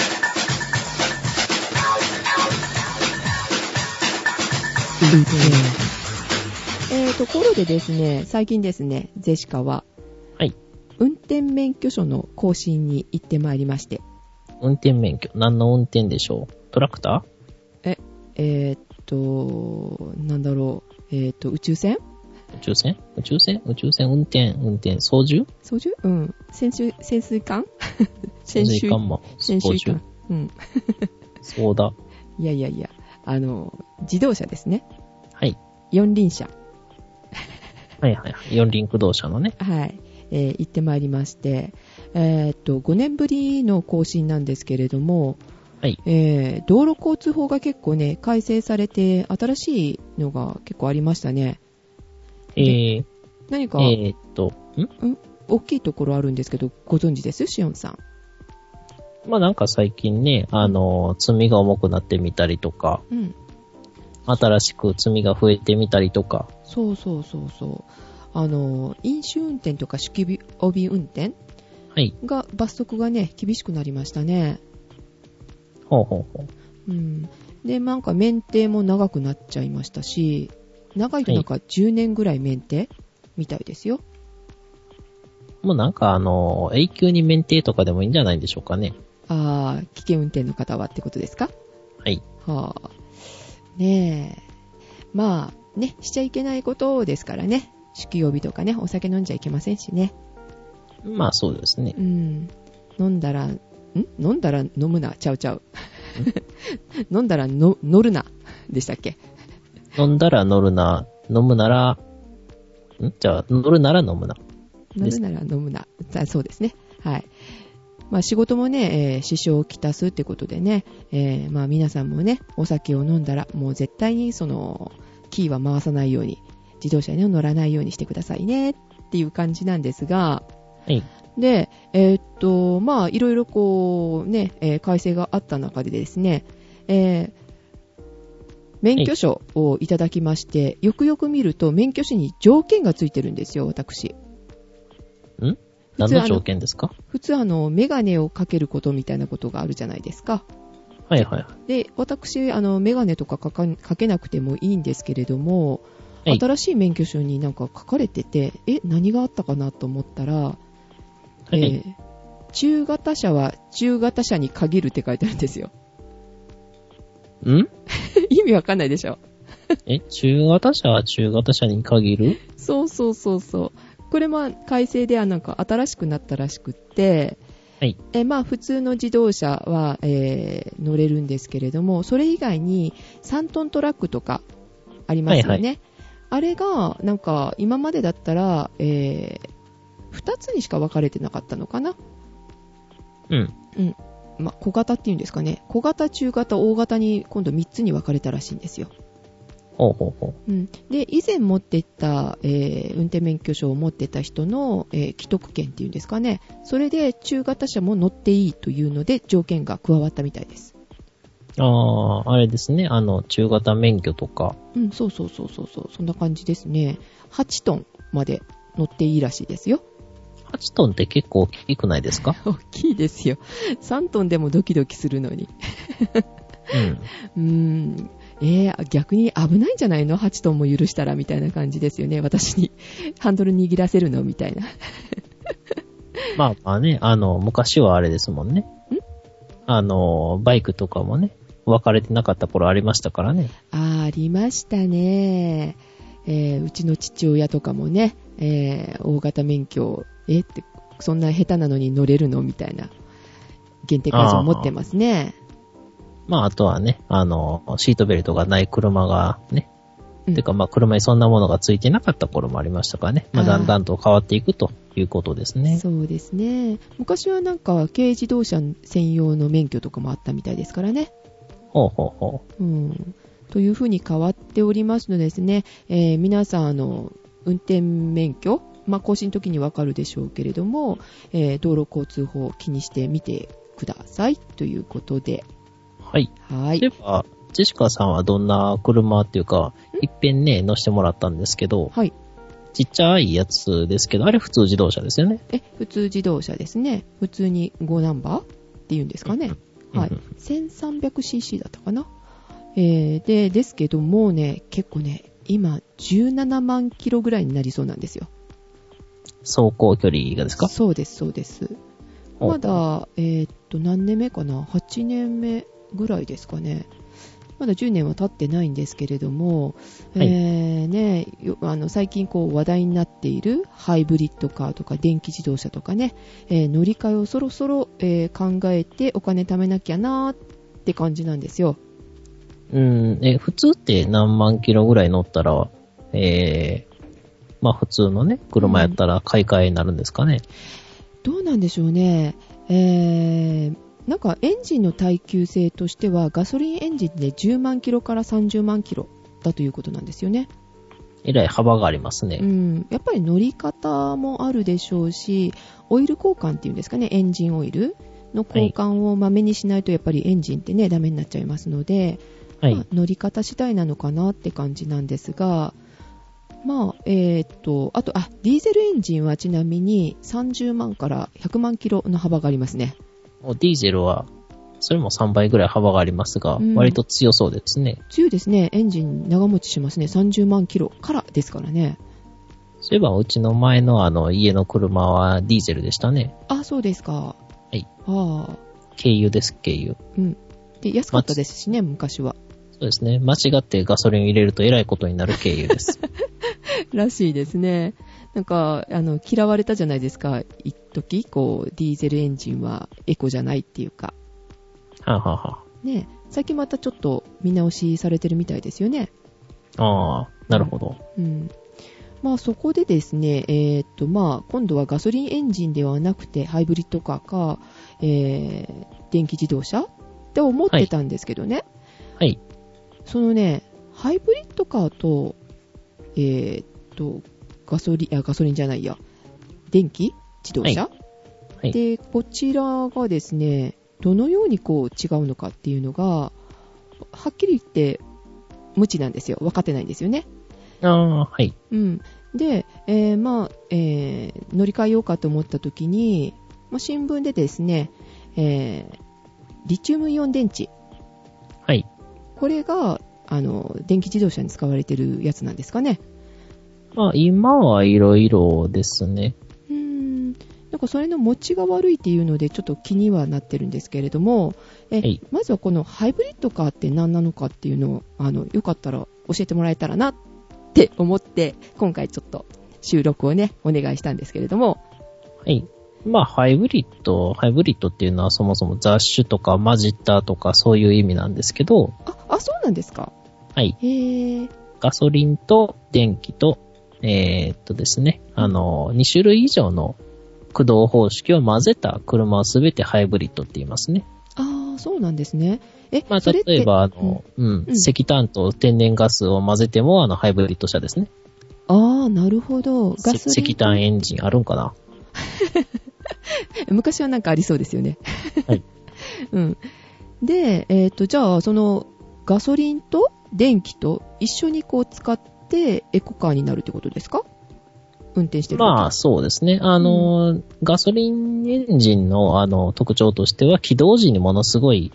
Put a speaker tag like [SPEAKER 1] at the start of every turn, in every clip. [SPEAKER 1] えー、ところでですね、最近ですね、ゼシカは、
[SPEAKER 2] はい。
[SPEAKER 1] 運転免許証の更新に行ってまいりまして、
[SPEAKER 2] 運転免許。何の運転でしょうトラクタ
[SPEAKER 1] えー、っと、なんだろう、えー、っと、宇宙船
[SPEAKER 2] ー宇宙船宇宙船宇宙船運転、運転、操縦
[SPEAKER 1] 操縦うん。潜水、潜水艦
[SPEAKER 2] 潜
[SPEAKER 1] 潜
[SPEAKER 2] 水
[SPEAKER 1] 水
[SPEAKER 2] 艦マン。
[SPEAKER 1] 潜水艦
[SPEAKER 2] 操。
[SPEAKER 1] うん。
[SPEAKER 2] 縦そうだ。
[SPEAKER 1] いやいやいや、あの、自動車ですね。
[SPEAKER 2] はい。
[SPEAKER 1] 四輪車。
[SPEAKER 2] はいはいはい。四輪駆動車のね。
[SPEAKER 1] はい、えー行ってまいりまして、えーっと、5年ぶりの更新なんですけれども、
[SPEAKER 2] はい
[SPEAKER 1] えー道路交通法が結構ね、改正されて、新しいのが結構ありましたね。
[SPEAKER 2] えー、
[SPEAKER 1] 何か、
[SPEAKER 2] えーっと、ん
[SPEAKER 1] 大きいところあるんですけど、ご存知ですしおんさん。
[SPEAKER 2] まあなんか最近ね、あの、積みが重くなってみたりとか、
[SPEAKER 1] うん。
[SPEAKER 2] 新しく積みが増えてみたりとか、
[SPEAKER 1] そうそうそうそう。あの、飲酒運転とか酒気帯び運転
[SPEAKER 2] はい。
[SPEAKER 1] が、罰則がね、厳しくなりましたね。
[SPEAKER 2] ほうほうほう。
[SPEAKER 1] うん。で、なんか免停も長くなっちゃいましたし、長いとなんか10年ぐらい免停みたいですよ。
[SPEAKER 2] もうなんかあの、永久に免停とかでもいいんじゃないんでしょうかね。
[SPEAKER 1] あー、危険運転の方はってことですか
[SPEAKER 2] はい。
[SPEAKER 1] はあ。ねえ。まあ、ね、しちゃいけないことですからね。酒気帯びとかね、お酒飲んじゃいけませんしね。
[SPEAKER 2] まあそうですね。
[SPEAKER 1] うん。飲んだら、ん飲んだら飲むな。ちゃうちゃう。 飲んだらの乗るな。でしたっけ
[SPEAKER 2] 飲んだら乗るな、飲むなら、んじゃあ、乗るなら飲むな。
[SPEAKER 1] 飲
[SPEAKER 2] で
[SPEAKER 1] む
[SPEAKER 2] す
[SPEAKER 1] なら飲むな。あそうですね。はい。まあ仕事もね、えー支障をきたすってことでね、えーまあ皆さんもね、お酒を飲んだら、もう絶対にその、キーは回さないように、自動車には乗らないようにしてくださいね、っていう感じなんですが、
[SPEAKER 2] はい。
[SPEAKER 1] で、えーっと、まあいろいろこう、ね、えー改正があった中でですね、えー免許証をいただきまして、よくよく見ると免許証に条件がついてるんですよ、私。
[SPEAKER 2] ん
[SPEAKER 1] 普
[SPEAKER 2] 何
[SPEAKER 1] 通
[SPEAKER 2] の条件ですか
[SPEAKER 1] 普通あの、メガネをかけることみたいなことがあるじゃないですか。
[SPEAKER 2] はいはいは
[SPEAKER 1] で、私、あの、メガネとかかかかけなくてもいいんですけれども、
[SPEAKER 2] はい
[SPEAKER 1] 新しい免許証になんか書かれてて、え、何があったかなと思ったら、
[SPEAKER 2] い。はい。
[SPEAKER 1] えー中型車は中型車に限るって書いてあるんですよ。
[SPEAKER 2] ん
[SPEAKER 1] 意味わかんないでしょ
[SPEAKER 2] え、中型車は中型車に限る
[SPEAKER 1] そうそうそうそう。これも改正ではなんか新しくなったらしくって、
[SPEAKER 2] はい
[SPEAKER 1] えまあ普通の自動車は、えー乗れるんですけれども、それ以外に3トントラックとかありますよね。
[SPEAKER 2] はいは
[SPEAKER 1] あれがなんか今までだったら、え2つにしか分かれてなかったのかな。
[SPEAKER 2] うん。
[SPEAKER 1] まあ小型っていうんですかね。小型、中型、大型に今度3つに分かれたらしいんですよ。
[SPEAKER 2] ほうほうほ
[SPEAKER 1] うん、で以前持ってった、えー運転免許証を持ってた人の、えー既得権っていうんですかねそれで中型車も乗っていいというので条件が加わったみたいです
[SPEAKER 2] う。あー、あれですね。あの、中型免許とか。
[SPEAKER 1] うんそうそうそうそうそうそんな感じですね8トンまで乗っていいらしいですよ
[SPEAKER 2] 8トンって結構大きくないですか
[SPEAKER 1] 大きいですよ3トンでもドキドキするのに
[SPEAKER 2] うん。
[SPEAKER 1] うーんえー、逆に危ないんじゃないの ?8 トンも許したらみたいな感じですよね。私にハンドル握らせるのみたいな。
[SPEAKER 2] まあまあね、あの、昔はあれですもんね。あの、バイクとかもね、分かれてなかった頃ありましたからね。
[SPEAKER 1] あーありましたね、えーうちの父親とかもね、えー大型免許えーってそんな下手なのに乗れるのみたいな限定解除を持ってますね
[SPEAKER 2] まあ、あとはね、あの、シートベルトがない車がね、
[SPEAKER 1] うん
[SPEAKER 2] てかまあ、車にそんなものがついてなかった頃もありましたからね。まあ、
[SPEAKER 1] あー
[SPEAKER 2] だんだんと変わっていくということですね。
[SPEAKER 1] そうですね昔はなんか軽自動車専用の免許とかもあったみたいですからね
[SPEAKER 2] ほうほうほう。
[SPEAKER 1] うんというふうに変わっておりますのでですね、えー皆さんあの運転免許、まあ、更新の時にわかるでしょうけれども、えー道路交通法を気にしてみてくださいということで、
[SPEAKER 2] はい。
[SPEAKER 1] は
[SPEAKER 2] で
[SPEAKER 1] い。
[SPEAKER 2] は、ジェシカさんはどんな車っていうか、いっぺんね、乗せてもらったんですけど、
[SPEAKER 1] はい。
[SPEAKER 2] ちっちゃいやつですけど、あれ普通自動車ですよね。
[SPEAKER 1] え、普通自動車ですね。普通に5ナンバーっていうんですかね。
[SPEAKER 2] うん
[SPEAKER 1] はい
[SPEAKER 2] うん。
[SPEAKER 1] 1300cc だったかな。ええーで、ですけどもうね、結構ね、今17万キロぐらいになりそうなんですよ。
[SPEAKER 2] 走行距離がですか
[SPEAKER 1] そうです、そうです。
[SPEAKER 2] お
[SPEAKER 1] まだ、えーっと、何年目かな ?8 年目ぐらいですかね。まだ10年は経ってないんですけれども、
[SPEAKER 2] はい
[SPEAKER 1] えーね、よあの最近こう話題になっているハイブリッドカーとか電気自動車とかね、えー乗り換えをそろそろ、えー考えてお金貯めなきゃなーって感じなんですよ。
[SPEAKER 2] うん、え、普通って何万キロぐらい乗ったら、えー、まあ普通のね、車やったら買い替えになるんですかね。
[SPEAKER 1] どうなんでしょうね。えーなんかエンジンの耐久性としてはガソリンエンジンで10万キロから30万キロだということなんですよね。
[SPEAKER 2] えらい幅があります
[SPEAKER 1] う
[SPEAKER 2] ね。
[SPEAKER 1] ん、やっぱり乗り方もあるでしょうし、オイル交換っていうんですかね、エンジンオイルの交換をまめにしないと、やっぱりエンジンってね、ダメになっちゃいますので、
[SPEAKER 2] はい。
[SPEAKER 1] まあ乗り方次第なのかなって感じなんですが、まあ、えーっと、あと、あ、ディーゼルエンジンはちなみに30万から100万キロの幅がありますね。
[SPEAKER 2] もうディーゼルは、それも3倍ぐらい幅がありますが、
[SPEAKER 1] うん
[SPEAKER 2] 割と強そうですね。
[SPEAKER 1] 強いですね、エンジン長持ちしますね、30万キロからですからね。
[SPEAKER 2] そういえば、うちの前のあの、家の車はディーゼルでしたね。
[SPEAKER 1] あ、そうですか。
[SPEAKER 2] はい。
[SPEAKER 1] ああ、
[SPEAKER 2] 軽油です、軽油。
[SPEAKER 1] うん。で、安かったですしね、昔は。
[SPEAKER 2] そうですね。間違ってガソリン入れるとえらいことになる軽油 です。
[SPEAKER 1] らしいですね。なんか、あの、嫌われたじゃないですか。一時こう、ディーゼルエンジンはエコじゃないっていうか。
[SPEAKER 2] はあ、は
[SPEAKER 1] ね、最近またちょっと見直しされてるみたいですよね。
[SPEAKER 2] あはあ、ああ、なるほど。
[SPEAKER 1] うん。まあそこでですね、えーっとまあ今度はガソリンエンジンではなくてハイブリッドカーか、えー電気自動車って思ってたんですけどね、
[SPEAKER 2] はい。
[SPEAKER 1] そのね、ハイブリッドカーと、えーっと、ガソリン、あ、ガソリンじゃないや、電気自動車、
[SPEAKER 2] はい
[SPEAKER 1] で、こちらがですね、どのようにこう違うのかっていうのが、はっきり言って無知なんですよ。分かってないんですよね。
[SPEAKER 2] ああ、はい。
[SPEAKER 1] うん。で、えーまあ、えー乗り換えようかと思った時に、まあ、新聞でですね、えーリチウムイオン電池。
[SPEAKER 2] はい。
[SPEAKER 1] これが、あの、電気自動車に使われてるやつなんですかね。
[SPEAKER 2] まあ、今はいろいろですね。
[SPEAKER 1] うーん。なんかそれの持ちが悪いっていうので、ちょっと気にはなってるんですけれども、え、
[SPEAKER 2] はい
[SPEAKER 1] まずはこのハイブリッドカーって何なのかっていうのを、あの、よかったら教えてもらえたらなって思って、今回ちょっと収録をね、お願いしたんですけれども、
[SPEAKER 2] はい。まあ、ハイブリッド、ハイブリッドっていうのはそもそも雑種とか混じったとかそういう意味なんですけど、
[SPEAKER 1] あ、あ、そうなんですか。
[SPEAKER 2] はい。
[SPEAKER 1] へー。
[SPEAKER 2] ガソリンと電気と、えーっとですね、あの、2種類以上の駆動方式を混ぜた車をすべてハイブリッドって言いますね。
[SPEAKER 1] ああ、そうなんですね。え、
[SPEAKER 2] まあ、
[SPEAKER 1] それ
[SPEAKER 2] 例
[SPEAKER 1] って
[SPEAKER 2] えば、あの、うん、
[SPEAKER 1] うん
[SPEAKER 2] 石炭と天然ガスを混ぜても、あの、ハイブリッド車ですね。
[SPEAKER 1] ああ、なるほど。ガ
[SPEAKER 2] せ
[SPEAKER 1] ソリ
[SPEAKER 2] 石
[SPEAKER 1] ン。
[SPEAKER 2] 炭エンジンあるんかな
[SPEAKER 1] 昔はなんかありそうですよね。
[SPEAKER 2] はい。
[SPEAKER 1] うん。で、えっ、と、じゃあ、その、ガソリンと電気と一緒にこう使ってエコカーになるってことですか運転してる
[SPEAKER 2] まあ、そうですね。あの、ガソリンエンジンの、あの、特徴としては、起動時にものすごい、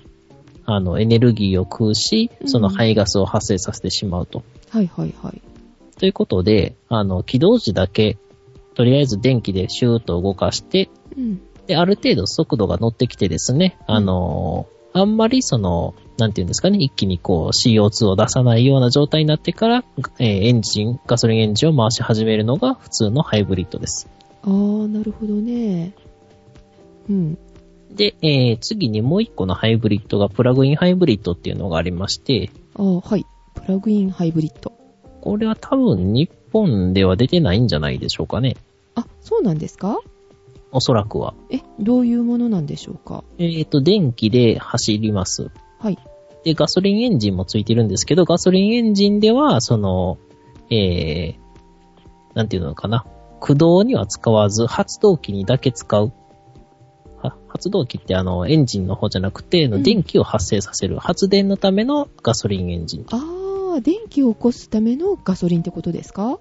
[SPEAKER 2] あの、エネルギーを食うし、その
[SPEAKER 1] うん
[SPEAKER 2] 排ガスを発生させてしまうと。
[SPEAKER 1] あ。はいはいはい。
[SPEAKER 2] ということで、あの、起動時だけ、とりあえず電気でシューッと動かして、
[SPEAKER 1] うん。
[SPEAKER 2] で、ある程度速度が乗ってきてですね、あの、あんまりその、なんていうんですかね、一気にこう CO2 を出さないような状態になってから、えーエンジン、ガソリンエンジンを回し始めるのが普通のハイブリッドです。
[SPEAKER 1] ああ、なるほどね。うん。
[SPEAKER 2] で、えー次にもう一個のハイブリッドがプラグインハイブリッドっていうのがありまして、
[SPEAKER 1] ああ、はい。プラグインハイブリッド。
[SPEAKER 2] これは多分日本では出てないんじゃないでしょうかね。
[SPEAKER 1] あ、そうなんですか
[SPEAKER 2] おそらくは。
[SPEAKER 1] え、どういうものなんでしょうか
[SPEAKER 2] えっ、と、電気で走ります。
[SPEAKER 1] はい。
[SPEAKER 2] で、ガソリンエンジンもついてるんですけど、ガソリンエンジンでは、その、えー、なんていうのかな。駆動には使わず、発動機にだけ使う。は発動機ってあの、エンジンの方じゃなくて、あ
[SPEAKER 1] う
[SPEAKER 2] の
[SPEAKER 1] ん
[SPEAKER 2] 電気を発生させる、発電のためのガソリンエンジン。
[SPEAKER 1] ああ、電気を起こすためのガソリンってことですか
[SPEAKER 2] は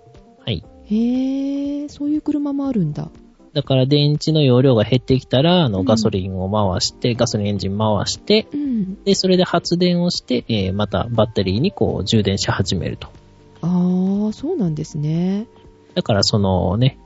[SPEAKER 2] い。
[SPEAKER 1] へえ、そういう車もあるんだ。
[SPEAKER 2] だから電池の容量が減ってきたら、あ
[SPEAKER 1] う
[SPEAKER 2] の、
[SPEAKER 1] ん
[SPEAKER 2] ガソリンを回して、ガソリンエンジン回して、
[SPEAKER 1] うん。
[SPEAKER 2] で、それで発電をして、えーまたバッテリーにこう充電し始めると。
[SPEAKER 1] ああ、そうなんですね。
[SPEAKER 2] だからそのね、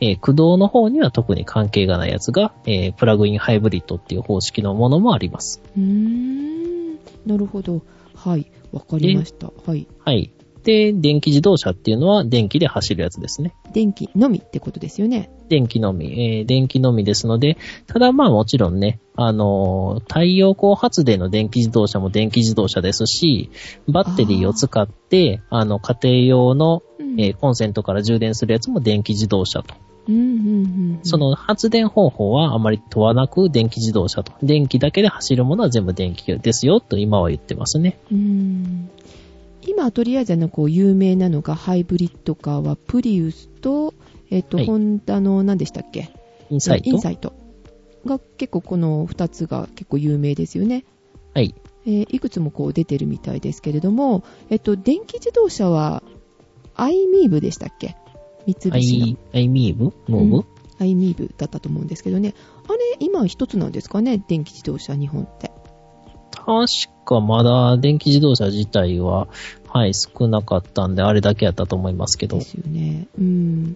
[SPEAKER 2] えー駆動の方には特に関係がないやつが、えープラグインハイブリッドっていう方式のものもあります。
[SPEAKER 1] うーん。なるほど。はい。わかりました。はい。
[SPEAKER 2] はい。で、電気自動車っていうのは電気で走るやつですね。
[SPEAKER 1] 電気のみってことですよね。
[SPEAKER 2] 電気のみ、えー電気のみですので、ただまあもちろんね、あのー太陽光発電の電気自動車も電気自動車ですし、バッテリーを使って、あの、家庭用の、
[SPEAKER 1] うん
[SPEAKER 2] えーコンセントから充電するやつも電気自動車と。
[SPEAKER 1] うんうんうんうん。
[SPEAKER 2] その発電方法はあまり問わなく電気自動車と。電気だけで走るものは全部電気ですよと今は言ってますね。
[SPEAKER 1] うーん。今、とりあえずあの、こう、有名なのが、ハイブリッドカーは、プリウスと、えっ、と、
[SPEAKER 2] はい
[SPEAKER 1] ホンダの、何でしたっけ
[SPEAKER 2] インサイト。
[SPEAKER 1] インサイト。が、結構この2つが結構有名ですよね。
[SPEAKER 2] はい。
[SPEAKER 1] えーいくつもこう出てるみたいですけれども、えっと、電気自動車は、アイミーブでしたっけ三
[SPEAKER 2] ア
[SPEAKER 1] 菱の
[SPEAKER 2] イ、アイミーブムーブ、
[SPEAKER 1] うんアイミーブだったと思うんですけどね。あれ、今一つなんですかね電気自動車日本って。
[SPEAKER 2] 確かまだ電気自動車自体は、はい、少なかったんで、あれだけやったと思いますけど
[SPEAKER 1] で。すよね。うん。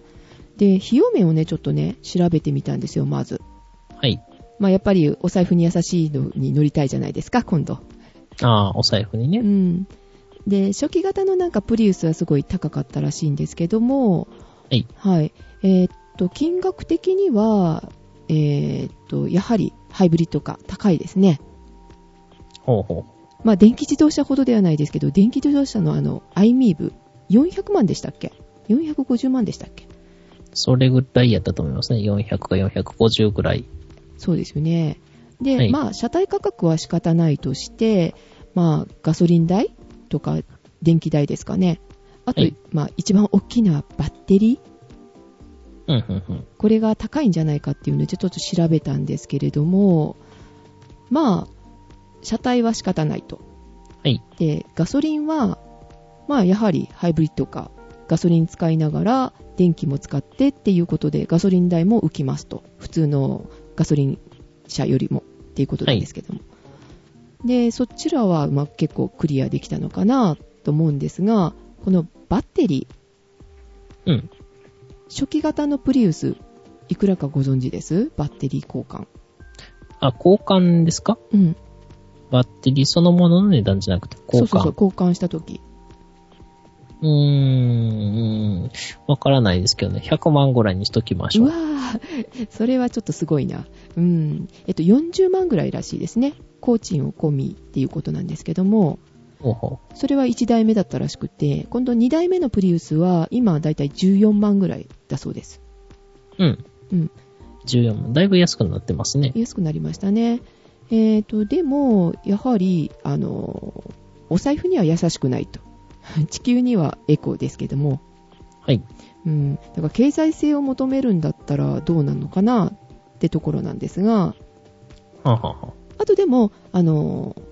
[SPEAKER 1] で、費用面をね、ちょっとね、調べてみたんですよ、まず。
[SPEAKER 2] はい。
[SPEAKER 1] まあ、やっぱりお財布に優しいのに乗りたいじゃないですか、今度。
[SPEAKER 2] ああ、お財布に
[SPEAKER 1] う
[SPEAKER 2] ね。
[SPEAKER 1] ん。で、初期型のなんかプリウスはすごい高かったらしいんですけども、
[SPEAKER 2] はい。
[SPEAKER 1] はい。えーっと、金額的には、えーっと、やはりハイブリッド化高いですね。
[SPEAKER 2] ほうほ
[SPEAKER 1] まあ、電気自動車ほどではないですけど、電気自動車のあの、アイミーブ、400万でしたっけ ?450 万でしたっけ
[SPEAKER 2] う。それぐらいやったと思いますね。400か450ぐらい。
[SPEAKER 1] そうですよね。で、
[SPEAKER 2] はい
[SPEAKER 1] まあ、車体価格は仕方ないとして、まあ、ガソリン代とか、電気代ですかね。あと、
[SPEAKER 2] はい
[SPEAKER 1] まあ、一番大きなバッテリ
[SPEAKER 2] う
[SPEAKER 1] ー。
[SPEAKER 2] ん、うん、うん。
[SPEAKER 1] これが高いんじゃないかっていうので、ちょっと調べたんですけれども、まあ、車体は仕方ないと。
[SPEAKER 2] はい。
[SPEAKER 1] で、ガソリンは、まあ、やはりハイブリッドか、ガソリン使いながら、電気も使ってっていうことで、ガソリン代も浮きますと。普通のガソリン車よりもっていうことなんですけども。で、そちらは、まあ、結構クリアできたのかなと思うんですが、このバッテリー、
[SPEAKER 2] うん。
[SPEAKER 1] 初期型のプリウス、いくらかご存知ですバッテリー交換。
[SPEAKER 2] あ、交換ですか
[SPEAKER 1] うん。
[SPEAKER 2] バッテリーそのものの値段じゃなくて、
[SPEAKER 1] そ
[SPEAKER 2] 交
[SPEAKER 1] う
[SPEAKER 2] 換。
[SPEAKER 1] そうそう、交換した時。
[SPEAKER 2] うーん、うーんわからないですけどね。100万ぐらいにしときまし
[SPEAKER 1] う
[SPEAKER 2] ょ
[SPEAKER 1] わ
[SPEAKER 2] う。
[SPEAKER 1] ー、 それはちょっとすごいな。うん。えっと、40万ぐらいらしいですね。工賃を込みっていうことなんですけども、
[SPEAKER 2] ほうほう
[SPEAKER 1] それは1台目だったらしくて、今度2台目のプリウスは今だいたい14万ぐらいだそうです。
[SPEAKER 2] うん。
[SPEAKER 1] うん。
[SPEAKER 2] 14万。だいぶ安くなってますね。
[SPEAKER 1] 安くなりましたね。えっ、と、でも、やはり、あの、お財布には優しくないと。 地球にはエコですけども、
[SPEAKER 2] はい。
[SPEAKER 1] うん。だから経済性を求めるんだったらどうなのかなってところなんですが、
[SPEAKER 2] はあ、はあはあ
[SPEAKER 1] あとでも、あのー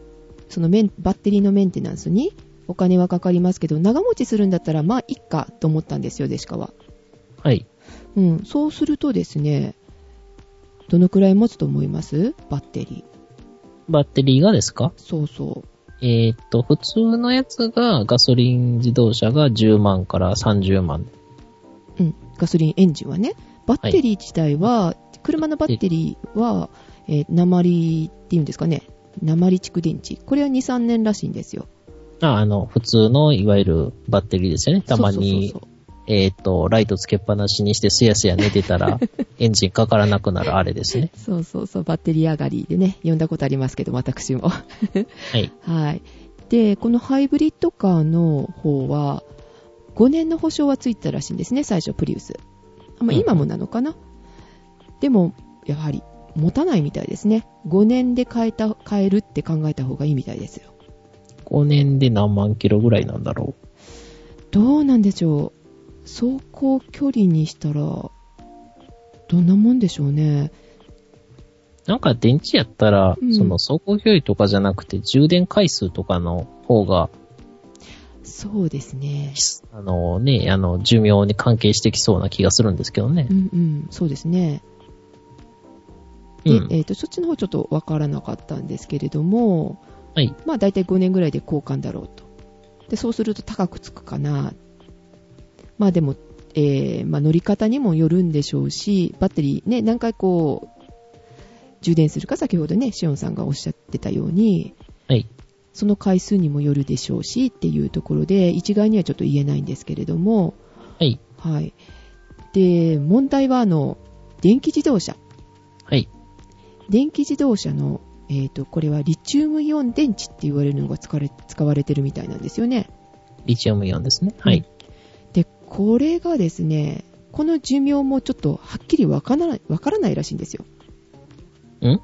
[SPEAKER 1] そのメンバッテリーのメンテナンスにお金はかかりますけど、長持ちするんだったら、まあ、いっかと思ったんですよ、デシカは。
[SPEAKER 2] はい。
[SPEAKER 1] うん、そうするとですね、どのくらい持つと思いますバッテリー。
[SPEAKER 2] バッテリーがですか
[SPEAKER 1] そうそ
[SPEAKER 2] えーっと、普通のやつがガソリン自動車が10万から30万。
[SPEAKER 1] う。うん、ガソリンエンジンはね。バッテリー自体は、車のバッテリーは、えー鉛っていうんですかね。鉛蓄電池。これは2、3年らしいんですよ。
[SPEAKER 2] あ、あの、普通のいわゆるバッテリーですよね。たまに、
[SPEAKER 1] そうそうそうそう
[SPEAKER 2] えーっと、ライトつけっぱなしにしてすやすや寝てた ら、エンジンかからなくなるあれですね。
[SPEAKER 1] そうそうそう、バッテリー上がりでね、呼んだことありますけど、私も。
[SPEAKER 2] はい。
[SPEAKER 1] はい。で、このハイブリッドカーの方は、5年の保証はついてたらしいんですね、最初、プリウス。まあ、
[SPEAKER 2] うん
[SPEAKER 1] 今もなのかな、でも、やはり、持たないみたいですね。5年で変えた、変えるって考えた方がいいみたいですよ。
[SPEAKER 2] 5年で何万キロぐらいなんだろう。
[SPEAKER 1] どうなんでしょう。走行距離にしたら、どんなもんでしょうね。
[SPEAKER 2] なんか電池やったら、
[SPEAKER 1] うん
[SPEAKER 2] その走行距離とかじゃなくて充電回数とかの方が
[SPEAKER 1] そうですね。
[SPEAKER 2] あのね、あの、寿命に関係してきそうな気がするんですけどね
[SPEAKER 1] う。んうん、そうですね。で、
[SPEAKER 2] うん
[SPEAKER 1] えっ、と、そっちの方ちょっとわからなかったんですけれども、
[SPEAKER 2] はい。
[SPEAKER 1] まあ大体5年ぐらいで交換だろうと。で、そうすると高くつくかな。まあでも、えーまあ乗り方にもよるんでしょうし、バッテリーね、何回こう、充電するか先ほどね、シオンさんがおっしゃってたように、
[SPEAKER 2] はい。
[SPEAKER 1] その回数にもよるでしょうしっていうところで、一概にはちょっと言えないんですけれども、
[SPEAKER 2] はい。
[SPEAKER 1] はい。で、問題は、あの、電気自動車。
[SPEAKER 2] はい。
[SPEAKER 1] 電気自動車の、えっ、と、これはリチウムイオン電池って言われるのが使われ使われてるみたいなんですよね。
[SPEAKER 2] リチウムイオンですね。はい。
[SPEAKER 1] で、これがですね、この寿命もちょっとはっきりわからない、わからないらしいんですよ。
[SPEAKER 2] ん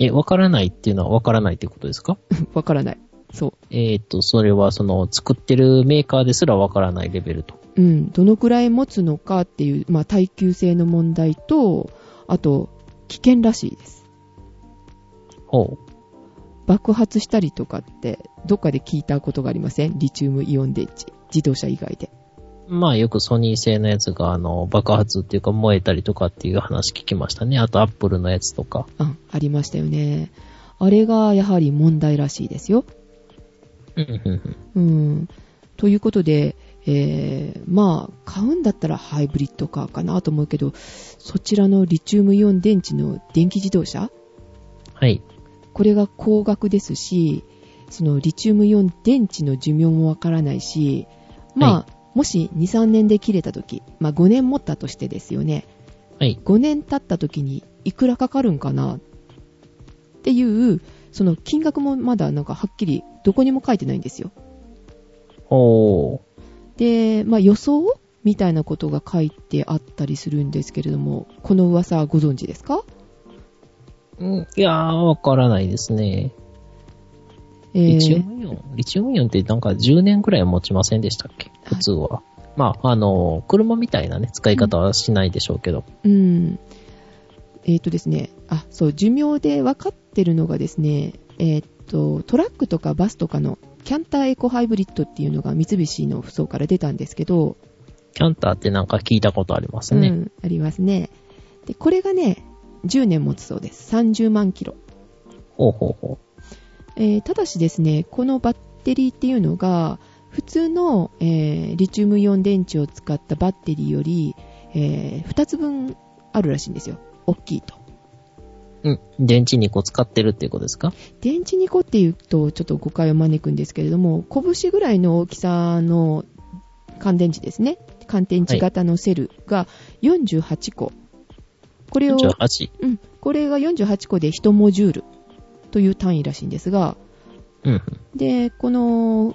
[SPEAKER 2] え、わからないっていうのはわからないっていうことですか
[SPEAKER 1] わからない。そう。
[SPEAKER 2] えっ、と、それはその、作ってるメーカーですらわからないレベルと。
[SPEAKER 1] うん、どのくらい持つのかっていう、まあ、耐久性の問題と、あと、危険らしいです。
[SPEAKER 2] ほう。
[SPEAKER 1] 爆発したりとかって、どっかで聞いたことがありませんリチウムイオン電池。自動車以外で。
[SPEAKER 2] まあよくソニー製のやつがあの爆発っていうか燃えたりとかっていう話聞きましたね。あとアップルのやつとか。
[SPEAKER 1] あ、ありましたよね。あれがやはり問題らしいですよ。
[SPEAKER 2] うんうんうん。
[SPEAKER 1] うん。ということで、えー、まあ、買うんだったらハイブリッドカーかなと思うけど、そちらのリチウムイオン電池の電気自動車
[SPEAKER 2] はい。
[SPEAKER 1] これが高額ですし、そのリチウムイオン電池の寿命もわからないし、まあ、
[SPEAKER 2] は
[SPEAKER 1] もし2、3年で切れた時、まあ5年持ったとしてですよね、
[SPEAKER 2] はい。
[SPEAKER 1] 5年経った時にいくらかかるんかなっていう、その金額もまだなんかはっきりどこにも書いてないんですよ。
[SPEAKER 2] ほう。
[SPEAKER 1] で、まあ予想みたいなことが書いてあったりするんですけれども、この噂はご存知ですか
[SPEAKER 2] うんいやー、わからないですね。
[SPEAKER 1] え
[SPEAKER 2] リチウ
[SPEAKER 1] ー、
[SPEAKER 2] ムイオン、リチウムイオンってなんか10年くらいは持ちませんでしたっけ普通は。まあ、あの、車みたいなね、使い方はしないでしょうけど。
[SPEAKER 1] うん。えっ、とですね、あ、そう、寿命で分かってるのがですね、えっ、と、トラックとかバスとかのキャンターエコハイブリッドっていうのが三菱の不走から出たんですけど、
[SPEAKER 2] キャンターってなんか聞いたことありますね。
[SPEAKER 1] うん、ありますね。で、これがね、10年持つそうです。30万キロ。
[SPEAKER 2] ほうほうほ
[SPEAKER 1] えーただしですね、このバッテリーっていうのが、普通の、えーリチウムイオン電池を使ったバッテリーより、え2つ分あるらしいんですよ。大きいと。
[SPEAKER 2] う。うん。電池2個使ってるっていうことですか
[SPEAKER 1] 電池2個っていうと、ちょっと誤解を招くんですけれども、拳ぐらいの大きさの乾電池ですね。乾電池型のセルが48個。これを
[SPEAKER 2] ?48。
[SPEAKER 1] うん、これが48個で1モジュールという単位らしいんですが、
[SPEAKER 2] うんうん。
[SPEAKER 1] で、この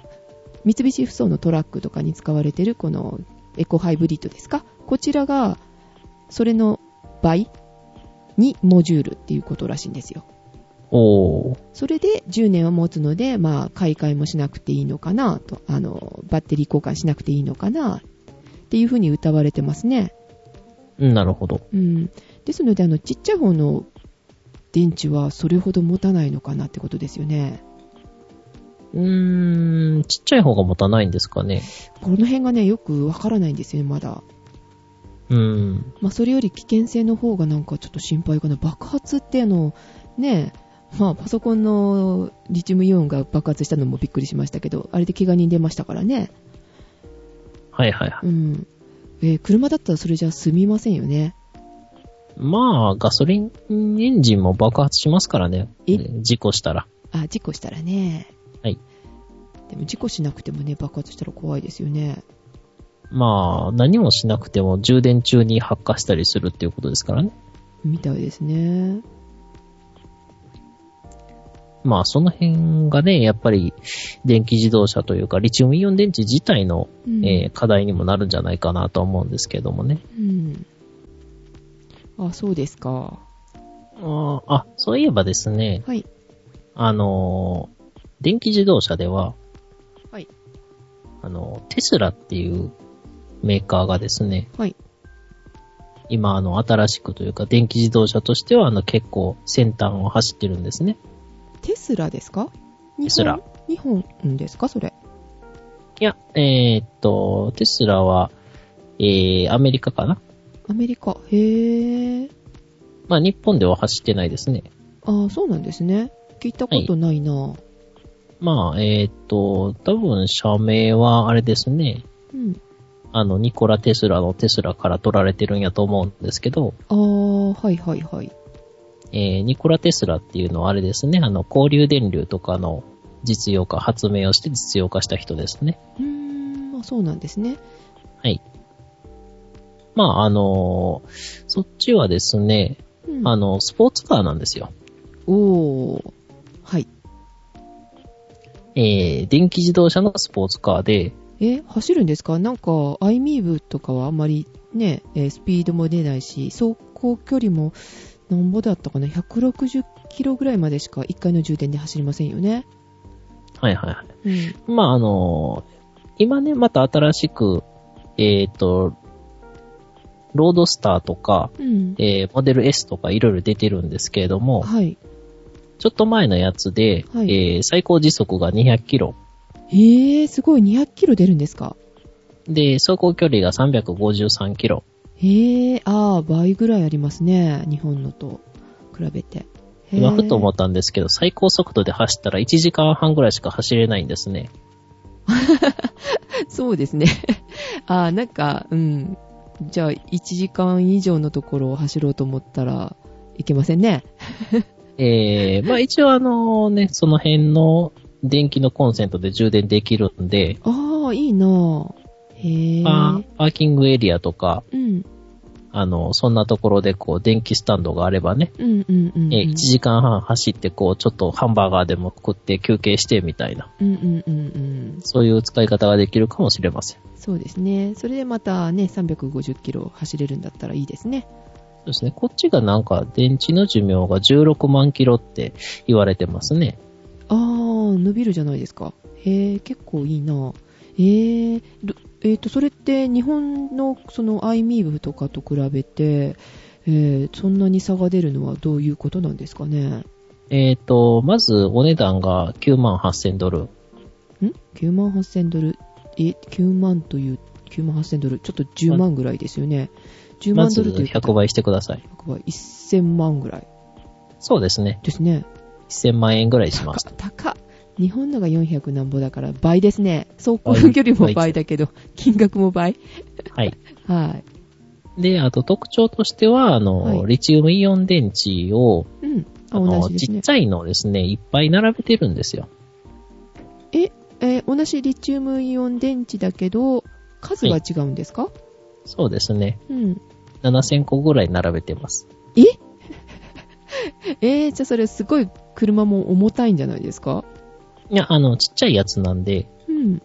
[SPEAKER 1] 三菱ふそうのトラックとかに使われてるこのエコハイブリッドですか、こちらがそれの倍2モジュールっていうことらしいんですよ。
[SPEAKER 2] おー。
[SPEAKER 1] それで10年は持つので、まあ、買い替えもしなくていいのかなと、あの、バッテリー交換しなくていいのかなっていうふうに歌われてますね。
[SPEAKER 2] うんなるほど。
[SPEAKER 1] うん、ですのであのちっちゃい方の電池はそれほど持たないのかなってことですよね
[SPEAKER 2] うーん、ちっちゃい方が持たないんですかね。
[SPEAKER 1] この辺がねよくわからないんですよねまだ、
[SPEAKER 2] うーん。
[SPEAKER 1] まあ、それより危険性の方がなんかちょっと心配かな爆発ってあのねまあパソコンのリチウムイオンが爆発したのもびっくりしましたけどあれで怪我人出ましたからね
[SPEAKER 2] はいはいは
[SPEAKER 1] うん、えー車だったらそれじゃ済みませんよね
[SPEAKER 2] い。まあ、ガソリンエンジンも爆発しますからね。
[SPEAKER 1] え
[SPEAKER 2] 事故したら。
[SPEAKER 1] あ事故したらね
[SPEAKER 2] はい
[SPEAKER 1] でも事故しなくてもね爆発したら怖いですよね
[SPEAKER 2] まあ、何もしなくても充電中に発火したりするっていうことですからね。
[SPEAKER 1] みたいですね
[SPEAKER 2] まあ、その辺がね、やっぱり、電気自動車というか、リチウムイオン電池自体の、
[SPEAKER 1] うん
[SPEAKER 2] えー課題にもなるんじゃないかなとは思うんですけどもね。
[SPEAKER 1] うん。あ、そうですか。
[SPEAKER 2] あーあ、そういえばですね、
[SPEAKER 1] はい。
[SPEAKER 2] あのー電気自動車では、
[SPEAKER 1] はい。
[SPEAKER 2] あの、テスラっていうメーカーがですね、
[SPEAKER 1] はい。
[SPEAKER 2] 今、あの、新しくというか、電気自動車としては、あの、結構先端を走ってるんですね。
[SPEAKER 1] テスラですか
[SPEAKER 2] テスラ。
[SPEAKER 1] 日本日本ですかそれ。
[SPEAKER 2] いや、えーっと、テスラは、えー、アメリカかな
[SPEAKER 1] アメリカ。へえ。
[SPEAKER 2] まあ、日本では走ってないですね。
[SPEAKER 1] ああ、そうなんですね。聞いたことないな、
[SPEAKER 2] まあ、えーっと、多分、社名はあれですね。
[SPEAKER 1] うん。
[SPEAKER 2] あの、ニコラ・テスラのテスラから取られてるんやと思うんですけど、
[SPEAKER 1] ああ、はいはいはい。
[SPEAKER 2] えー、ニコラ・テスラっていうのはあれですね。あの、交流電流とかの実用化、発明をして実用化した人ですね。
[SPEAKER 1] うーん、まあそうなんですね。
[SPEAKER 2] はい。まあ、あのーそっちはですね、
[SPEAKER 1] うん、
[SPEAKER 2] あの、スポーツカーなんですよ。
[SPEAKER 1] おー。はい。
[SPEAKER 2] えー、電気自動車のスポーツカーで、
[SPEAKER 1] え、走るんですかなんか、アイミーブとかはあんまりね、えースピードも出ないし、走行距離もなんぼだったかな ?160 キロぐらいまでしか1回の充電で走りませんよね。
[SPEAKER 2] はいはいは
[SPEAKER 1] うん。
[SPEAKER 2] い。まあ、あのー今ね、また新しく、えっ、と、ロードスターとか、
[SPEAKER 1] うん。
[SPEAKER 2] えーモデル S とかいろいろ出てるんですけれども、
[SPEAKER 1] はい。
[SPEAKER 2] ちょっと前のやつで、
[SPEAKER 1] はい
[SPEAKER 2] えー最高時速が200キロ。
[SPEAKER 1] えー、すごい200キロ出るんですか
[SPEAKER 2] で、走行距離が353キロ。
[SPEAKER 1] へえ、ああ、倍ぐらいありますね。日本のと比べて。へー
[SPEAKER 2] 今ふと思ったんですけど、最高速度で走ったら1時間半ぐらいしか走れないんですね。
[SPEAKER 1] そうですね。 ああ、なんか、うん。じゃあ、1時間以上のところを走ろうと思ったらいけませんね。
[SPEAKER 2] えー、まあ一応あのね、その辺の電気のコンセントで充電できるんで、
[SPEAKER 1] ああ、いいなぁ。へえ。
[SPEAKER 2] パーパーキングエリアとか、
[SPEAKER 1] うん。
[SPEAKER 2] あの、そんなところでこう電気スタンドがあればね、
[SPEAKER 1] うんうんうんうん。
[SPEAKER 2] えー1時間半走ってこうちょっとハンバーガーでも食って休憩してみたいな、
[SPEAKER 1] うんうんうんうん。
[SPEAKER 2] そういう使い方ができるかもしれません。
[SPEAKER 1] そうですね。それでまたね、350キロ走れるんだったらいいですね。
[SPEAKER 2] そうですね。こっちがなんか電池の寿命が16万キロって言われてますね。
[SPEAKER 1] ああ、伸びるじゃないですか。へえ、結構いいなぁ。へえ、どえっ、と、それって日本のその iMeave とかと比べて、えーそんなに差が出るのはどういうことなんですかね
[SPEAKER 2] えっ、と、まずお値段が9万8000ドル。
[SPEAKER 1] ん ?9 万8000ドル。え、9万という、9万8000ドル。ちょっと10万ぐらいですよね。10
[SPEAKER 2] ま
[SPEAKER 1] 万
[SPEAKER 2] ず
[SPEAKER 1] ドルということ
[SPEAKER 2] 100倍してください。
[SPEAKER 1] は1000万ぐらい
[SPEAKER 2] そうですね。
[SPEAKER 1] ですね。
[SPEAKER 2] 1000万円ぐらいしました。
[SPEAKER 1] 高っ日本のが400何ぼだから倍ですね。走行距離も倍だけど、金額も倍。
[SPEAKER 2] はい。
[SPEAKER 1] は
[SPEAKER 2] で、あと特徴としては、あの、
[SPEAKER 1] はい
[SPEAKER 2] リチウムイオン電池を、
[SPEAKER 1] い。うん。あ
[SPEAKER 2] あの、
[SPEAKER 1] 同じです
[SPEAKER 2] ちっ
[SPEAKER 1] ね
[SPEAKER 2] ち。ゃいのをですね、いっぱい並べてるんですよ。
[SPEAKER 1] え、えー同じリチウムイオン電池だけど、数は違うんですか、
[SPEAKER 2] そうですね。
[SPEAKER 1] うん。
[SPEAKER 2] 7000個ぐらい並べてます。
[SPEAKER 1] ええーじゃあそれすごい車も重たいんじゃないですか
[SPEAKER 2] いや、あの、ちっちゃいやつなんで、
[SPEAKER 1] うん。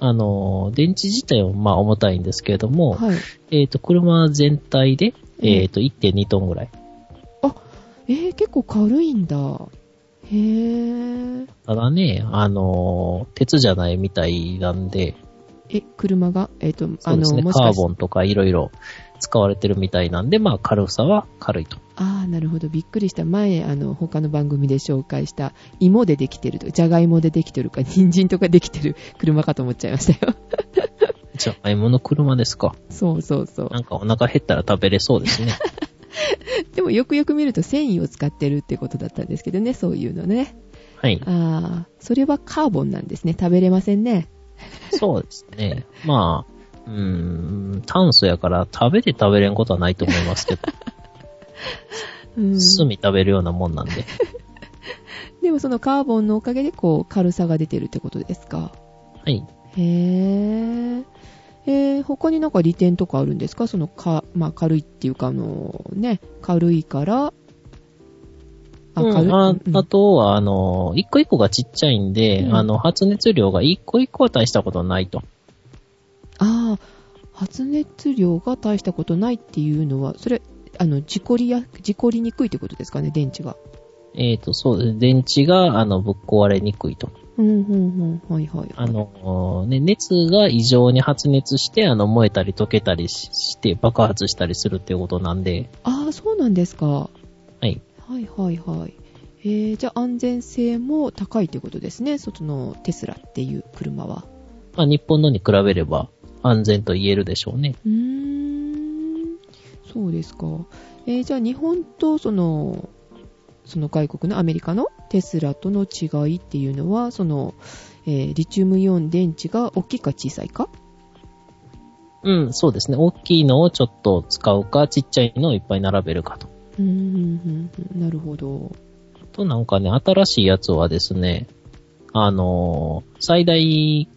[SPEAKER 2] あの、電池自体はまあ重たいんですけれども、
[SPEAKER 1] はい。
[SPEAKER 2] えっ、と、車全体で、
[SPEAKER 1] うん
[SPEAKER 2] えっ、と、1.2トンぐらい。
[SPEAKER 1] えー結構軽いんだ。へえ。
[SPEAKER 2] ただね、あのー、鉄じゃないみたいなんで、
[SPEAKER 1] え、車がえっ、と、
[SPEAKER 2] そうですね、
[SPEAKER 1] もし
[SPEAKER 2] カ
[SPEAKER 1] か
[SPEAKER 2] ー
[SPEAKER 1] して
[SPEAKER 2] ボンとかいろいろ使われてるみたいなんで、まあ軽さは軽いと。
[SPEAKER 1] ああ、なるほど。びっくりした。前、あの、他の番組で紹介した、芋でできてると、じゃがいもでできてるか、人参とかできてる車かと思っちゃいましたよ。
[SPEAKER 2] じゃあ、買い物車ですか。
[SPEAKER 1] そうそうそう。
[SPEAKER 2] なんかお腹減ったら食べれそう ですね。
[SPEAKER 1] でもよくよく見ると繊維を使ってるってことだったんですけどね、そういうのね。
[SPEAKER 2] はい。
[SPEAKER 1] ああ、それはカーボンなんですね。食べれませんね。
[SPEAKER 2] そうですね。まあ、うーん、炭素やから食べて食べれんことはないと思いますけ ど、
[SPEAKER 1] うん。
[SPEAKER 2] 炭食べるようなもんなんで。
[SPEAKER 1] でもそのカーボンのおかげで、こう、軽さが出てるってことです
[SPEAKER 2] は
[SPEAKER 1] か。
[SPEAKER 2] い。
[SPEAKER 1] へえ。えー、他になんか利点とかあるんですかそのか、まあ、軽いっていうか、あの、ね、軽いから、
[SPEAKER 2] うん
[SPEAKER 1] 軽い
[SPEAKER 2] あ
[SPEAKER 1] うん
[SPEAKER 2] あとは、あの、一個一個がちっちゃいんで、
[SPEAKER 1] うん
[SPEAKER 2] あの、発熱量が一個一個は大したことないと。
[SPEAKER 1] あー発熱量が大したことないっていうのは、それ、あの、事故りや、事故りにくいってことですかね、電池が。
[SPEAKER 2] えっ、と、そうです。電池が、あの、ぶっ壊れにくいと。
[SPEAKER 1] うん、うん、うん、はい、はい。
[SPEAKER 2] あの、ね、熱が異常に発熱して、あの、燃えたり溶けたりしして、爆発したりするっていうことなんで、
[SPEAKER 1] ああ、そうなんですか。
[SPEAKER 2] はい。
[SPEAKER 1] はい、はい、はい。えー、じゃあ安全性も高いってことですね、そのテスラっていう車は。
[SPEAKER 2] まあ、日本のに比べれば安全と言えるでしょうね。
[SPEAKER 1] うーん、そうですか。えーじゃあ日本とその、その外国のアメリカのテスラとの違いっていうのは、その、えーリチウムイオン電池が大きいか小さいか
[SPEAKER 2] うん、そうですね。大きいのをちょっと使うか、ちっちゃいのをいっぱい並べるかと。
[SPEAKER 1] うーん、なるほど。
[SPEAKER 2] あとなんかね、新しいやつはですね、あのー最大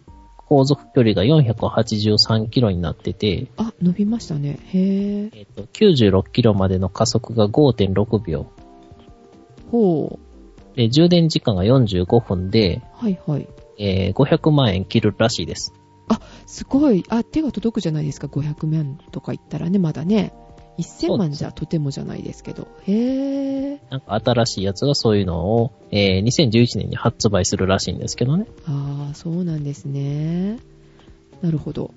[SPEAKER 2] 航続距離が483キロになってて、
[SPEAKER 1] あ、伸びましたね。へえ。
[SPEAKER 2] えっと、96キロまでの加速が5.6秒。
[SPEAKER 1] ほう。
[SPEAKER 2] で、充電時間が45分で、
[SPEAKER 1] はいはい。
[SPEAKER 2] えー500万円切るらしいです。
[SPEAKER 1] すごい。あ、手が届くじゃないですか。500万とか言ったらね、まだね。1000万じゃとてもじゃないですけど。へえ。
[SPEAKER 2] なんか新しいやつがそういうのを、えー2011年に発売するらしいんですけどね。
[SPEAKER 1] ああ、そうなんですね。なるほど。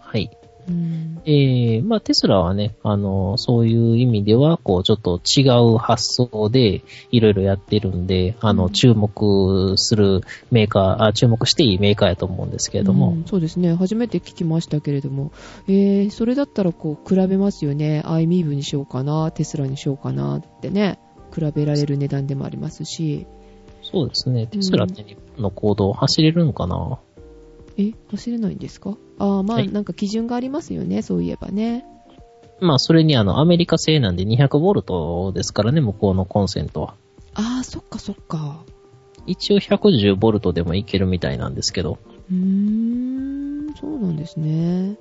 [SPEAKER 2] はい。
[SPEAKER 1] うん。
[SPEAKER 2] えーまあテスラはね、あのーそういう意味では、こう、ちょっと違う発想でいろいろやってるんで、あ
[SPEAKER 1] う
[SPEAKER 2] の、
[SPEAKER 1] ん
[SPEAKER 2] 注目するメーカー、あ、注目していいメーカーやと思うんですけれども、
[SPEAKER 1] うんそうですね。初めて聞きましたけれども。えー、それだったらこう、比べますよね。アイミーブにしようかな、テスラにしようかなってね。比べられる値段でもありますし。
[SPEAKER 2] そうですね、テスラって日本の行動を走れるのかな、
[SPEAKER 1] え、走れないんですかああ、まあ、
[SPEAKER 2] はい
[SPEAKER 1] なんか基準がありますよね。そういえばね。
[SPEAKER 2] まあ、それにあの、アメリカ製なんで200ボルトですからね、向こうのコンセントは。
[SPEAKER 1] ああ、そっかそっか。
[SPEAKER 2] 一応110ボルトでもいけるみたいなんですけど。
[SPEAKER 1] うーん、そうなんですね。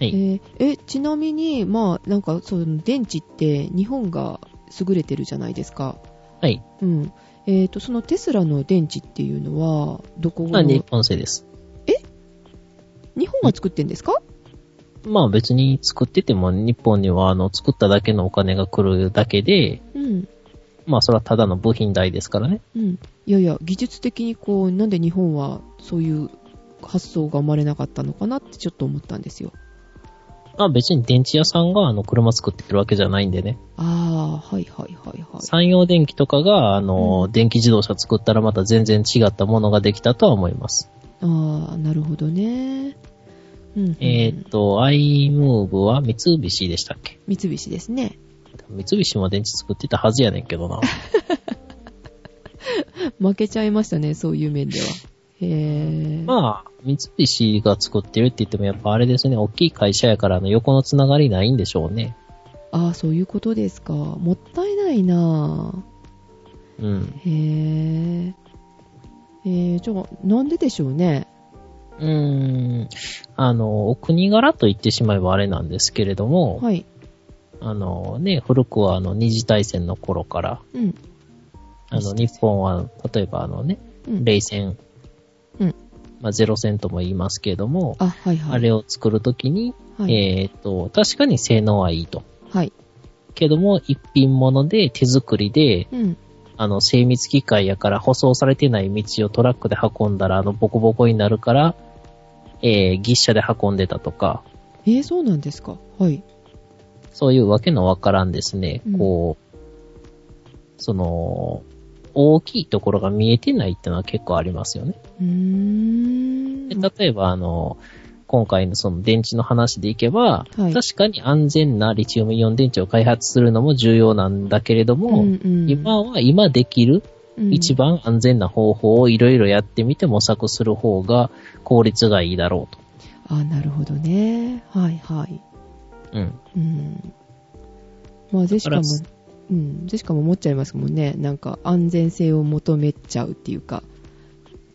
[SPEAKER 2] はい。
[SPEAKER 1] えーえちなみに、まあ、なんか、その電池って日本が優れてるじゃないですか。
[SPEAKER 2] はい。
[SPEAKER 1] うん。えっ、と、そのテスラの電池っていうのは、どこ
[SPEAKER 2] まあ、
[SPEAKER 1] が、
[SPEAKER 2] 日本製です。
[SPEAKER 1] 日本が作ってんですか
[SPEAKER 2] まあ別に作ってても日本にはあの作っただけのお金が来るだけで、
[SPEAKER 1] うん。
[SPEAKER 2] まあそれはただの部品代ですからね。
[SPEAKER 1] うん。いやいや、技術的にこう、なんで日本はそういう発想が生まれなかったのかなってちょっと思ったんですよ。
[SPEAKER 2] まあ別に電池屋さんがあの車作ってるわけじゃないんでね。
[SPEAKER 1] ああ、はいはいはいはい。
[SPEAKER 2] 山陽電機とかがあの電気自動車作ったらまた全然違ったものができたとは思います。
[SPEAKER 1] ああ、なるほどね。うん、うん。
[SPEAKER 2] えーっと、iMove は三菱でしたっけ
[SPEAKER 1] 三菱ですね。
[SPEAKER 2] 三菱も電池作ってたはずやねんけ どな。
[SPEAKER 1] 負けちゃいましたね、そういう面では。へえ。
[SPEAKER 2] まあ、三菱が作ってるって言ってもやっぱあれですね、大きい会社やからあの横のつながりないんでしょうね。
[SPEAKER 1] ああ、そういうことですか。もったいないなぁ。
[SPEAKER 2] うん。
[SPEAKER 1] へえ。えー、じゃあ、なんででしょうね。
[SPEAKER 2] うーん、あの、お国柄と言ってしまえばあれなんですけれども、
[SPEAKER 1] はい。
[SPEAKER 2] あのね、古くはあの二次大戦の頃から、
[SPEAKER 1] うん。
[SPEAKER 2] あ
[SPEAKER 1] 二次
[SPEAKER 2] の
[SPEAKER 1] 大戦
[SPEAKER 2] 日本は、例えばあのね、
[SPEAKER 1] うん、
[SPEAKER 2] 冷戦、
[SPEAKER 1] うん
[SPEAKER 2] まあ、ゼロ戦とも言いますけれども、
[SPEAKER 1] あ、はい
[SPEAKER 2] あ
[SPEAKER 1] はい。
[SPEAKER 2] れを作るときに、
[SPEAKER 1] はい、
[SPEAKER 2] えーっと、確かに性能はいいと。
[SPEAKER 1] はい。
[SPEAKER 2] けども、一品物で手作りで、
[SPEAKER 1] うん。
[SPEAKER 2] あの、精密機械やから舗装されてない道をトラックで運んだら、あの、ボコボコになるから、えー、牛車で運んでたとか、
[SPEAKER 1] えー、そうなんですか。はい。
[SPEAKER 2] そういうわけのわからんですね、
[SPEAKER 1] うん
[SPEAKER 2] こう、その、大きいところが見えてないってのは結構ありますよね。
[SPEAKER 1] うーん。
[SPEAKER 2] で例えば、あの、今回のその電池の話でいけば、
[SPEAKER 1] はい
[SPEAKER 2] 確かに安全なリチウムイオン電池を開発するのも重要なんだけれども、
[SPEAKER 1] うんうん
[SPEAKER 2] 今は今できる
[SPEAKER 1] うん
[SPEAKER 2] 一番安全な方法をいろいろやってみて模索する方が効率がいいだろうと。
[SPEAKER 1] あ、なるほどね。はいはい。
[SPEAKER 2] うん。
[SPEAKER 1] うん。まあ、ゼシカも
[SPEAKER 2] だか、
[SPEAKER 1] うん、ゼシカも思っちゃいますもんね。なんか安全性を求めちゃうっていうか、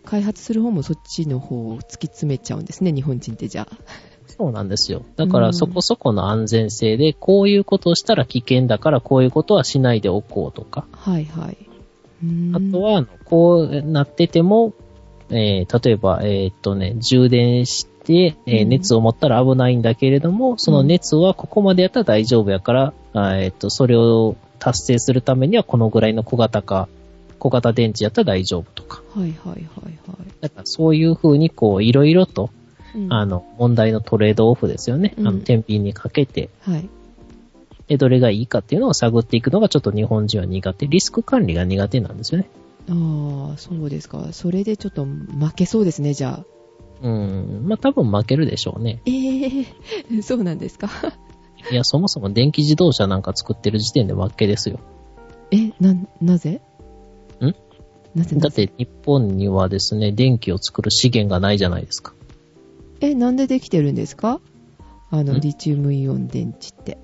[SPEAKER 1] 開発する方もそっちの方を突き詰めちゃうんですね、日本人ってじゃあ。
[SPEAKER 2] そうなんですよ。だか
[SPEAKER 1] う
[SPEAKER 2] ら
[SPEAKER 1] ん
[SPEAKER 2] そこそこの安全性で、こういうことをしたら危険だから、こういうことはしないでおこうとか、
[SPEAKER 1] はいはい。
[SPEAKER 2] あと
[SPEAKER 1] は、
[SPEAKER 2] は、あのこうなってても、えー例えば、えーっとね、充電して、えー
[SPEAKER 1] うん
[SPEAKER 2] 熱を持ったら危ないんだけれども、その熱はここまでやったら大丈夫やから、あーえーっと、それを達成するためにはこのぐらいの小型か、小型電池やったら大丈夫とか。
[SPEAKER 1] はいはいはい
[SPEAKER 2] だからそういうふうに、こう、いろいろと、
[SPEAKER 1] はい。うん
[SPEAKER 2] あの、問題のトレードオフですよね。あ
[SPEAKER 1] う
[SPEAKER 2] の、
[SPEAKER 1] ん
[SPEAKER 2] 天秤にかけて、
[SPEAKER 1] はい。
[SPEAKER 2] で、どれがいいかっていうのを探っていくのがちょっと日本人は苦手。リスク管理が苦手なんですよね。
[SPEAKER 1] ああ、そうですか。それでちょっと負けそうですね、じゃあ。
[SPEAKER 2] うん。まあ、多分負けるでしょうね。
[SPEAKER 1] ええ そうなんですか
[SPEAKER 2] いや、そもそも電気自動車なんか作ってる時点で負けですよ。
[SPEAKER 1] え、な、なぜ
[SPEAKER 2] ん
[SPEAKER 1] なぜな
[SPEAKER 2] だっ
[SPEAKER 1] ぜ
[SPEAKER 2] て日本にはですね、電気を作る資源がないじゃないですか。
[SPEAKER 1] え、なんでできてるんですかあの、
[SPEAKER 2] ん
[SPEAKER 1] リチウムイオン電池って。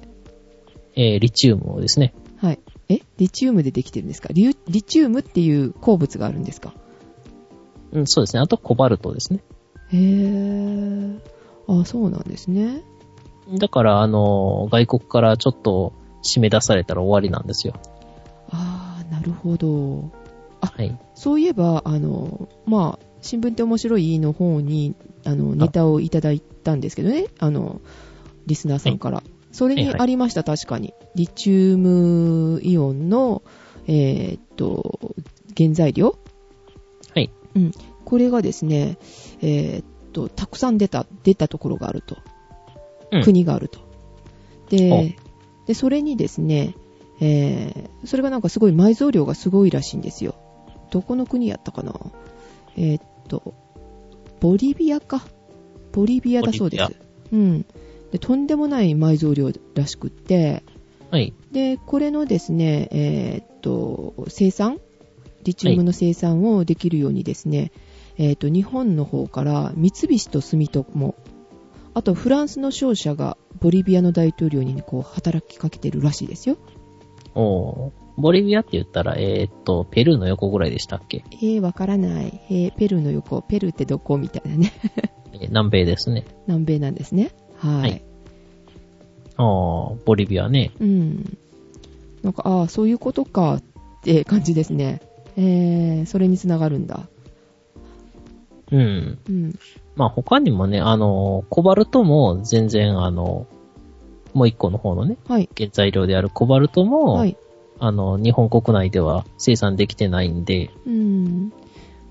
[SPEAKER 2] えー、リチウムをですね。
[SPEAKER 1] はい。え、リチウムでできてるんですかリュリチウムっていう鉱物があるんですか
[SPEAKER 2] うん、そうですね。あとコバルトですね。
[SPEAKER 1] へえ。あ、そうなんですね。
[SPEAKER 2] だから、あの、外国からちょっと締め出されたら終わりなんですよ。
[SPEAKER 1] あーなるほど。
[SPEAKER 2] はい。
[SPEAKER 1] そういえば、あの、まあ、新聞って面白いの方に、あの、ネタをいただいたんですけどね、あの、リスナーさんから。それにありました、確かに。リチウムイオンの、えーっと、原材料
[SPEAKER 2] はい。
[SPEAKER 1] うん。これがですね、えーっと、たくさん出た、出たところがあると。
[SPEAKER 2] うん
[SPEAKER 1] 国があると。で
[SPEAKER 2] お、
[SPEAKER 1] で、それにですね、えーそれがなんかすごい埋蔵量がすごいらしいんですよ。どこの国やったかなえーっと、ボリビアか。ボリビアだそうで
[SPEAKER 2] ボ
[SPEAKER 1] す。うん。で、とんでもない埋蔵量らしくって、
[SPEAKER 2] はい。
[SPEAKER 1] で、これのですね、えーっと、生産リチウムの生産をできるようにですね、えーっと、日本の方から三菱と住友、あとフランスの商社がボリビアの大統領にこう働きかけてるらしいですよ。
[SPEAKER 2] おーボリビアって言ったら、えーっと、ペルーの横ぐらいでしたっけ、
[SPEAKER 1] えー、わからない。えー、ペルーの横、ペルーってどこみたいなね。
[SPEAKER 2] えー南米ですね。
[SPEAKER 1] 南米なんですね。はい。
[SPEAKER 2] はいあーボリビアね。
[SPEAKER 1] うん。なんか、ああ、そういうことかって感じですね。えー、それにつながるんだ。
[SPEAKER 2] うん。
[SPEAKER 1] うん。
[SPEAKER 2] まあ他にもね、あの、コバルトも全然あの、もう一個の方のね、
[SPEAKER 1] はい。
[SPEAKER 2] 原材料であるコバルトも、
[SPEAKER 1] はい。
[SPEAKER 2] あの、日本国内では生産できてないんで、
[SPEAKER 1] うん。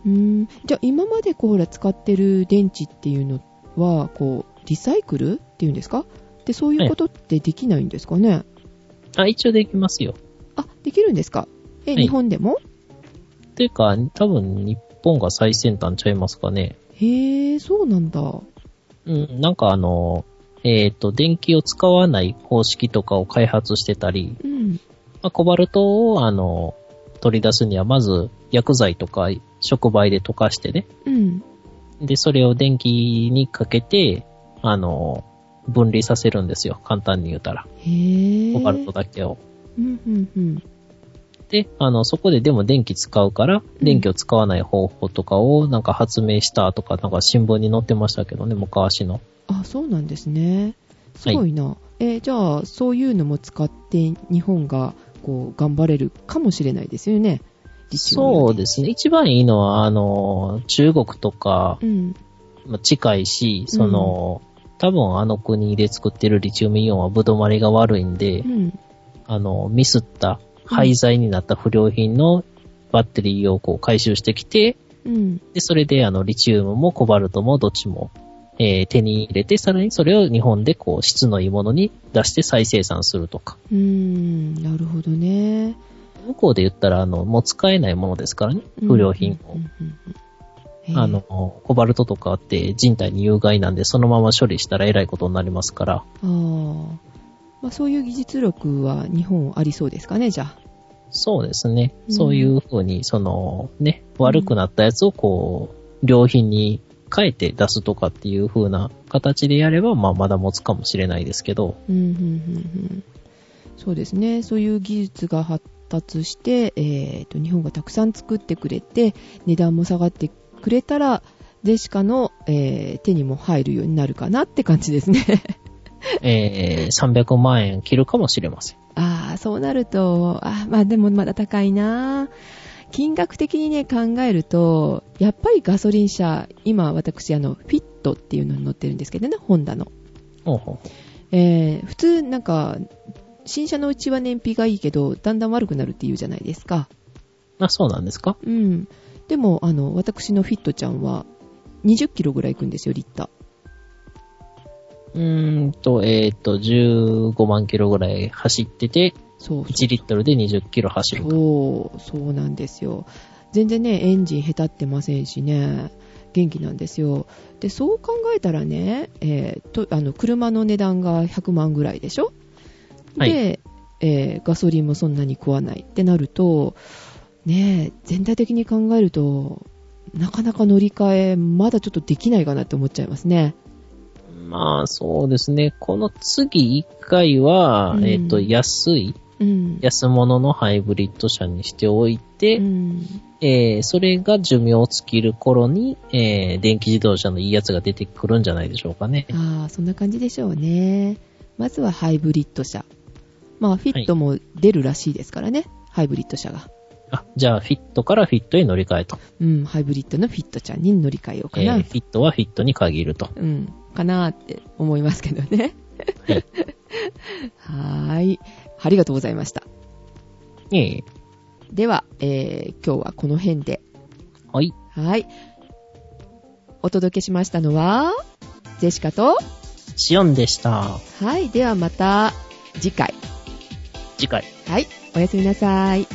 [SPEAKER 1] うん。じゃあ、今までこう、ほら、使ってる電池っていうのは、こう、リサイクルっていうんですかで、そういうことってできないんですかね、
[SPEAKER 2] あ、一応できますよ。
[SPEAKER 1] あ、できるんですかえ、
[SPEAKER 2] はい
[SPEAKER 1] 日本でも
[SPEAKER 2] というか、多分日本が最先端ちゃいますかね。
[SPEAKER 1] へえ、そうなんだ。
[SPEAKER 2] うん、なんかあの、えっ、と、電気を使わない方式とかを開発してたり、
[SPEAKER 1] うん。
[SPEAKER 2] まあ、コバルトをあの、取り出すにはまず薬剤とか触媒で溶かしてね、
[SPEAKER 1] うん。
[SPEAKER 2] で、それを電気にかけて、あの、分離させるんですよ。簡単に言うたら。
[SPEAKER 1] へえ。
[SPEAKER 2] コバルトだけを。
[SPEAKER 1] うん、うん、うん。
[SPEAKER 2] で、あの、そこででも電気使うから、電気を使わない方法とかをなんか発明したとか、なんか新聞に載ってましたけどね、昔の。
[SPEAKER 1] あ、そうなんですね。すごいな。えーじゃあ、そういうのも使って、日本が、こう、頑張れるかもしれないですよね。
[SPEAKER 2] そう
[SPEAKER 1] す。
[SPEAKER 2] ですね。一番いいのは、あの、中国とか
[SPEAKER 1] う、ん。
[SPEAKER 2] まあ近いし、その、多分あの国で作ってるリチウムイオンはぶどまりが悪いんで、
[SPEAKER 1] うん。
[SPEAKER 2] あの、ミスった、廃材になった不良品のバッテリーをこう回収してきて、
[SPEAKER 1] うん。
[SPEAKER 2] で、それであの、リチウムもコバルトもどっちも、えー手に入れて、さらにそれを日本でこう、質のいいものに出して再生産するとか。
[SPEAKER 1] うーん。なるほどね。
[SPEAKER 2] 向こうで言ったら、あの、もう使えないものですからね、
[SPEAKER 1] うん
[SPEAKER 2] 不良品
[SPEAKER 1] う
[SPEAKER 2] を
[SPEAKER 1] ん。うんうん
[SPEAKER 2] あの、コバルトとかって人体に有害なんで、そのまま処理したらえらいことになりますから、
[SPEAKER 1] えーああ。まあ、そういう技術力は日本ありそうですかね、じゃあ。
[SPEAKER 2] そうですね。
[SPEAKER 1] うん
[SPEAKER 2] そういう風に、その、ね、悪くなったやつをこう、良品に変えて出すとかっていう風な形でやれば、まあ、まだ持つかもしれないですけ ど、
[SPEAKER 1] うん、うん、うん、うん。そうですね。そういう技術が発達して、えーと、日本がたくさん作ってくれて、値段も下がってくれたら、デシカの、えー手にも入るようになるかなって感じですね。
[SPEAKER 2] えー、300万円切るかもしれません。
[SPEAKER 1] ああ、そうなると、あーまあでもまだ高いな。金額的にね、考えると、やっぱりガソリン車、今私、あの、フィットっていうのに乗ってるんですけどね、ホンダの。
[SPEAKER 2] ほうほう
[SPEAKER 1] えー普通なんか、新車のうちは燃費がいいけど、だんだん悪くなるっていうじゃないですか。
[SPEAKER 2] あ、そうなんですか
[SPEAKER 1] うん。でも、あの、私のフィットちゃんは、20キロぐらい行くんですよ、リッター。
[SPEAKER 2] うーんと、えっ、と、15万キロぐらい走ってて、
[SPEAKER 1] そうそう。
[SPEAKER 2] 1リットルで20キロ走ると。
[SPEAKER 1] そう、そうなんですよ。全然ね、エンジン下手ってませんしね、元気なんですよ。で、そう考えたらね、えーとあの車の値段が100万ぐらいでしょで、
[SPEAKER 2] はい
[SPEAKER 1] えーガソリンもそんなに食わないってなると、ねえ、全体的に考えると、なかなか乗り換え、まだちょっとできないかなって思っちゃいますね。
[SPEAKER 2] まあ、そうですね。この次1回は、
[SPEAKER 1] うん
[SPEAKER 2] えっ、と、安い、
[SPEAKER 1] うん。
[SPEAKER 2] 安物のハイブリッド車にしておいて、
[SPEAKER 1] うん、
[SPEAKER 2] えーそれが寿命を尽きる頃に、えー電気自動車のいいやつが出てくるんじゃないでしょうかね。
[SPEAKER 1] ああ、そんな感じでしょうね。まずはハイブリッド車。まあ、フィットも出るらしいですからね、ハイブリッド車が。
[SPEAKER 2] あ、じゃあ、フィットからフィットへ乗り換えと。
[SPEAKER 1] うん、ハイブリッドのフィットちゃんに乗り換えようか
[SPEAKER 2] え
[SPEAKER 1] な。
[SPEAKER 2] ーフィットはフィットに限ると。
[SPEAKER 1] うん、かなーって思いますけどね。
[SPEAKER 2] はい。
[SPEAKER 1] はーい。ありがとうございました。
[SPEAKER 2] ええ
[SPEAKER 1] では、えー、今日はこの辺で。
[SPEAKER 2] はい。
[SPEAKER 1] はい。お届けしましたのは、ジェシカと、
[SPEAKER 2] シオンでした。
[SPEAKER 1] はい。ではまた次回。
[SPEAKER 2] 次回。
[SPEAKER 1] はい。おやすみなさい。